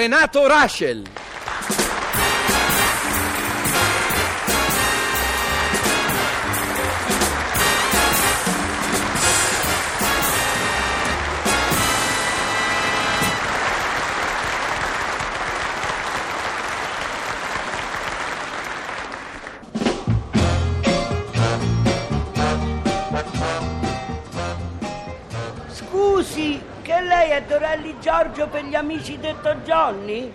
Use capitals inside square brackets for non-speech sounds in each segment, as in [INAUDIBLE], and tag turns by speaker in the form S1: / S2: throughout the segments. S1: Renato Raschel.
S2: Scusi, che lei è Dorelli Giorgio per gli amici detto Johnny?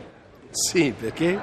S1: Sì, perché?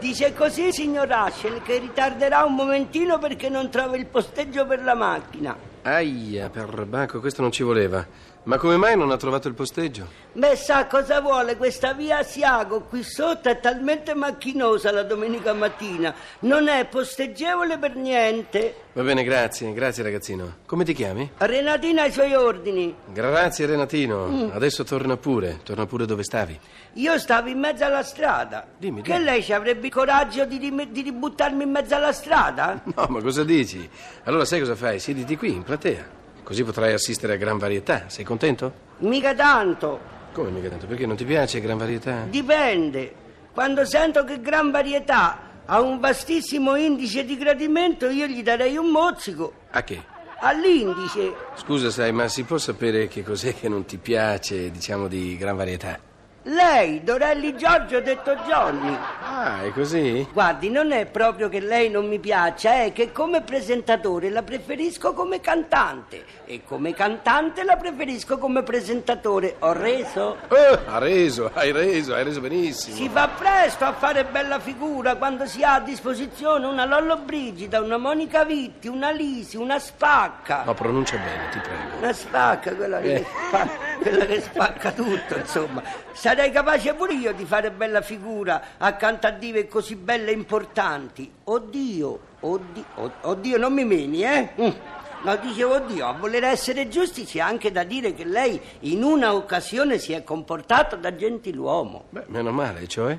S2: Dice così, signor Ashel, che ritarderà un momentino perché non trova il posteggio per la macchina.
S1: Aia, perbacco, questo non ci voleva. Ma come mai non ha trovato il posteggio?
S2: Beh, sa cosa vuole, questa via Asiago qui sotto è talmente macchinosa la domenica mattina, non è posteggevole per niente.
S1: Va bene, grazie, grazie ragazzino. Come ti chiami?
S2: Renatina ai suoi ordini.
S1: Grazie Renatino. Adesso torna pure, torna pure dove stavi.
S2: Io stavo in mezzo alla strada.
S1: Dimmi,
S2: che
S1: dimmi.
S2: lei ci avrebbe il coraggio di, rim- di ributtarmi in mezzo alla strada?
S1: No, ma cosa dici? Allora sai cosa fai? Siediti qui, in platea. Così potrai assistere a gran varietà. Sei contento?
S2: Mica tanto.
S1: Come mica tanto? Perché non ti piace gran varietà?
S2: Dipende. Quando sento che gran varietà ha un vastissimo indice di gradimento, io gli darei un mozzico
S1: A che?
S2: all'indice.
S1: Scusa, sai, ma si può sapere che cos'è che non ti piace, diciamo, di gran varietà?
S2: Lei, Dorelli Giorgio, detto Johnny.
S1: Ah, è così?
S2: Guardi, non è proprio che lei non mi piaccia, è che come presentatore la preferisco come cantante e come cantante la preferisco come presentatore. Ho reso?
S1: Oh, ha reso, hai reso, hai reso benissimo.
S2: Si fa presto a fare bella figura quando si ha a disposizione una Lollobrigida, una Monica Vitti, una Lisi, una Spacca.
S1: No, pronuncia bene, ti prego.
S2: Una spacca quella che,
S1: Eh.
S2: fa- quella che spacca tutto, insomma. Sarei capace pure io di fare bella figura accanto a dive così belle e importanti. Oddio, oddio, od- oddio, non mi meni, eh? Mm. No, dicevo, oddio, a voler essere giusti c'è anche da dire che lei in una occasione si è comportato da gentiluomo.
S1: Beh, meno male, cioè?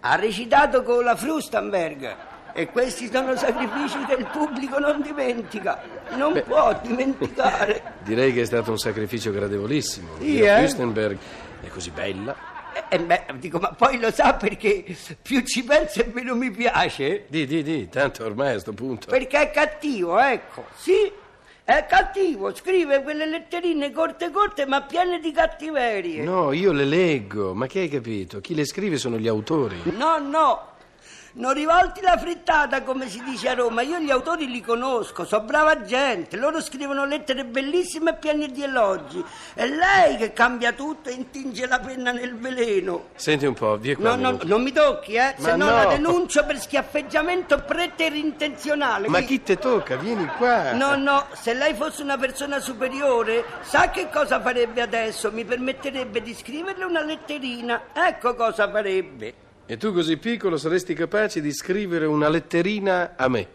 S2: Ha recitato con la Frustenberg e questi sono sacrifici che il pubblico non dimentica, non può dimenticare.
S1: Direi che è stato un sacrificio gradevolissimo.
S2: Sì,
S1: La
S2: eh?
S1: Fürstenberg è così bella.
S2: E Eh, beh, dico, ma poi lo sa perché più ci penso e meno mi piace?
S1: Di, di, di, tanto ormai a sto punto.
S2: Perché è cattivo, ecco. Sì, è cattivo, scrive quelle letterine corte corte ma piene di cattiverie.
S1: No, io le leggo, ma che hai capito? Chi le scrive sono gli autori.
S2: No, no. Non rivolti la frittata come si dice a Roma, io gli autori li conosco, sono brava gente, loro scrivono lettere bellissime e piene di elogi. È lei che cambia tutto e intinge la penna nel veleno.
S1: Senti un po', vieni qua.
S2: No,
S1: un
S2: no,
S1: minuto.
S2: non mi tocchi, eh?
S1: Ma
S2: Se no, la
S1: no.
S2: denuncio per schiaffeggiamento preterintenzionale.
S1: Ma
S2: qui-
S1: chi te tocca? Vieni qua.
S2: No, no, se lei fosse una persona superiore, sa che cosa farebbe adesso? Mi permetterebbe di scriverle una letterina. Ecco cosa farebbe.
S1: E tu così piccolo saresti capace di scrivere una letterina a me.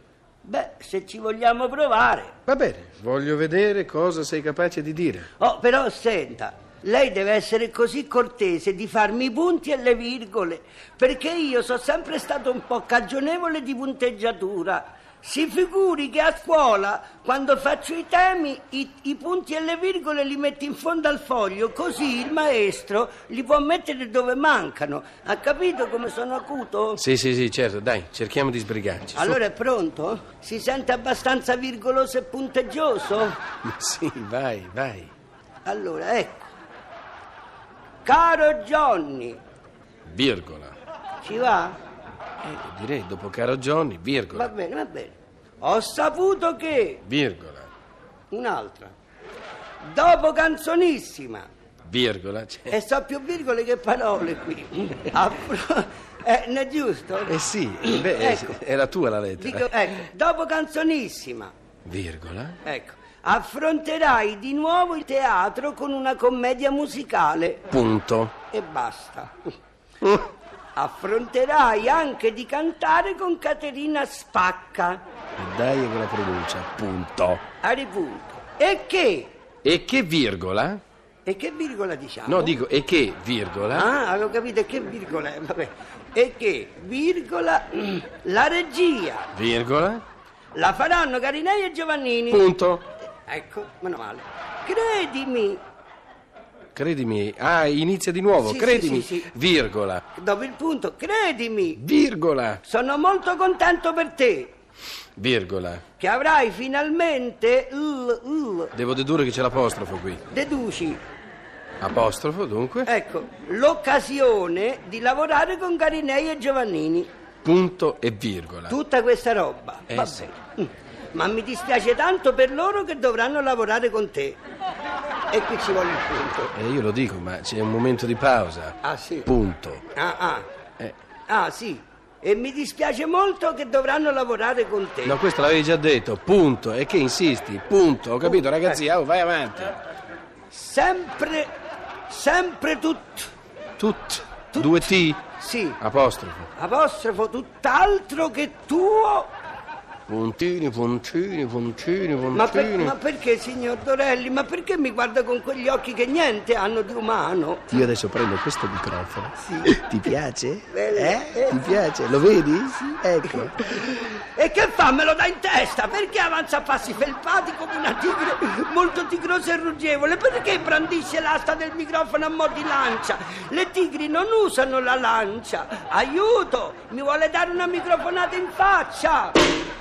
S2: Beh, se ci vogliamo provare.
S1: Va bene, voglio vedere cosa sei capace di dire.
S2: Oh, però senta, lei deve essere così cortese di farmi i punti e le virgole, perché io sono sempre stato un po' cagionevole di punteggiatura. Si figuri che a scuola, quando faccio i temi, i, i punti e le virgole li metto in fondo al foglio, così il maestro li può mettere dove mancano. Ha capito come sono acuto?
S1: Sì, sì, sì, certo, dai, cerchiamo di sbrigarci. su.
S2: Allora è pronto? Si sente abbastanza virgoloso e punteggioso?
S1: Ma [LAUGHS] sì, vai, vai.
S2: Allora, ecco. Caro Johnny,
S1: Virgola.
S2: ci va?
S1: Eh, direi dopo caro Johnny,
S2: Va
S1: virgola.
S2: bene, va bene. Ho saputo che...
S1: Virgola.
S2: Un'altra. Dopo canzonissima.
S1: Virgola. cioè-
S2: E so più virgole che parole qui. A pro- eh, non è giusto?
S1: Eh sì, beh,
S2: Ecco.
S1: era tua la lettera.
S2: Dico, ecco, dopo canzonissima.
S1: Virgola.
S2: Ecco. Affronterai di nuovo il teatro con una commedia musicale.
S1: Punto.
S2: e basta. Affronterai anche di cantare con Caterina Spacca.
S1: E dai con la pronuncia. Punto.
S2: A ripunto. E che?
S1: E che virgola?
S2: E che virgola diciamo?
S1: No, dico, e che virgola?
S2: Ah, avevo capito, e che virgola è? Vabbè. E che? Virgola, mm, la regia.
S1: Virgola.
S2: La faranno Carinei e Giovannini.
S1: Punto.
S2: Ecco, meno male. Credimi.
S1: credimi. Ah, inizia di nuovo,
S2: Sì,
S1: credimi.
S2: sì, sì, sì.
S1: Virgola,
S2: Dopo il punto, credimi,
S1: virgola,
S2: sono molto contento per te,
S1: virgola.
S2: che avrai finalmente... l- l-
S1: Devo dedurre che c'è l'apostrofo qui.
S2: deduci,
S1: Apostrofo, dunque.
S2: ecco, l'occasione di lavorare con Garinei e Giovannini.
S1: Punto e virgola.
S2: Tutta questa roba.
S1: Eh,
S2: va bene.
S1: sì.
S2: Mm. Ma mi dispiace tanto per loro che dovranno lavorare con te. E qui ci vuole il punto.
S1: E io lo dico, ma c'è un momento di pausa.
S2: Ah sì.
S1: Punto.
S2: Ah, ah.
S1: Eh,
S2: Ah, sì. E mi dispiace molto che dovranno lavorare con te.
S1: no, questo l'avevi già detto. Punto. E che insisti? Punto. Ho capito, ragazzi. Oh, vai avanti.
S2: Sempre, sempre tutto.
S1: Tut. Due T.
S2: Sì.
S1: Apostrofo.
S2: Apostrofo tutt'altro che tuo.
S1: Puntini, puntini, puntini, puntini.
S2: Ma, per- ma perché, signor Dorelli? Ma perché mi guarda con quegli occhi che niente hanno di umano?
S3: Io adesso prendo questo microfono. Ti piace?
S2: Bene.
S3: Eh? Ti piace? Lo vedi? Ecco.
S2: E che fa? Me lo dà in testa? Perché avanza a passi felpati come una tigre molto tigrosa e ruggevole? Perché brandisce l'asta del microfono a mo' di lancia? Le tigri non usano la lancia. Aiuto! Mi vuole dare una microfonata in faccia!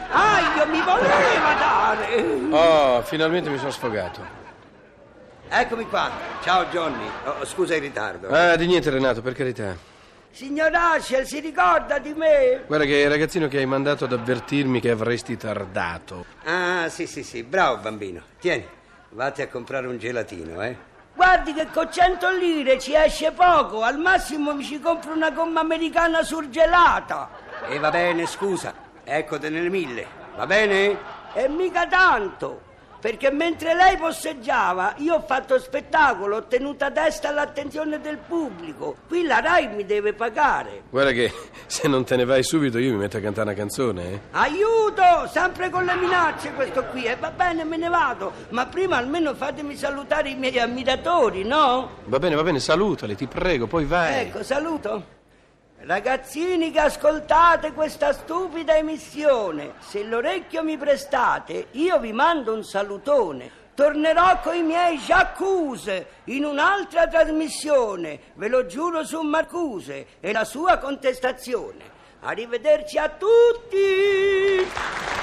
S2: Aio, mi voleva dare!
S1: Oh, finalmente mi sono sfogato.
S2: Eccomi qua. Ciao Johnny. Oh, scusa il ritardo.
S1: Ah, di niente, Renato, per carità.
S2: Signor Asher, si ricorda di me?
S1: Guarda che è il ragazzino che hai mandato ad avvertirmi che avresti tardato.
S4: Ah, sì, sì, sì, bravo bambino. Tieni, vatti a comprare un gelatino, eh.
S2: Guardi che con 100 lire ci esce poco, al massimo mi ci compro una gomma americana surgelata.
S4: E va bene, scusa, eccote nelle mille, va bene?
S2: E mica tanto, perché mentre lei posseggiava io ho fatto spettacolo, ho tenuto a testa l'attenzione del pubblico. Qui la RAI mi deve pagare.
S1: Guarda che se non te ne vai subito io mi metto a cantare una canzone, eh.
S2: Aiuto! Sempre con le minacce questo qui, e va bene, me ne vado, ma prima almeno fatemi salutare i miei ammiratori, no?
S1: Va bene, va bene, salutali, ti prego, poi vai.
S2: Ecco, saluto. Ragazzini che ascoltate questa stupida emissione, se l'orecchio mi prestate, io vi mando un salutone. Tornerò con i miei Giacuse in un'altra trasmissione, ve lo giuro su Marcuse e la sua contestazione. Arrivederci a tutti!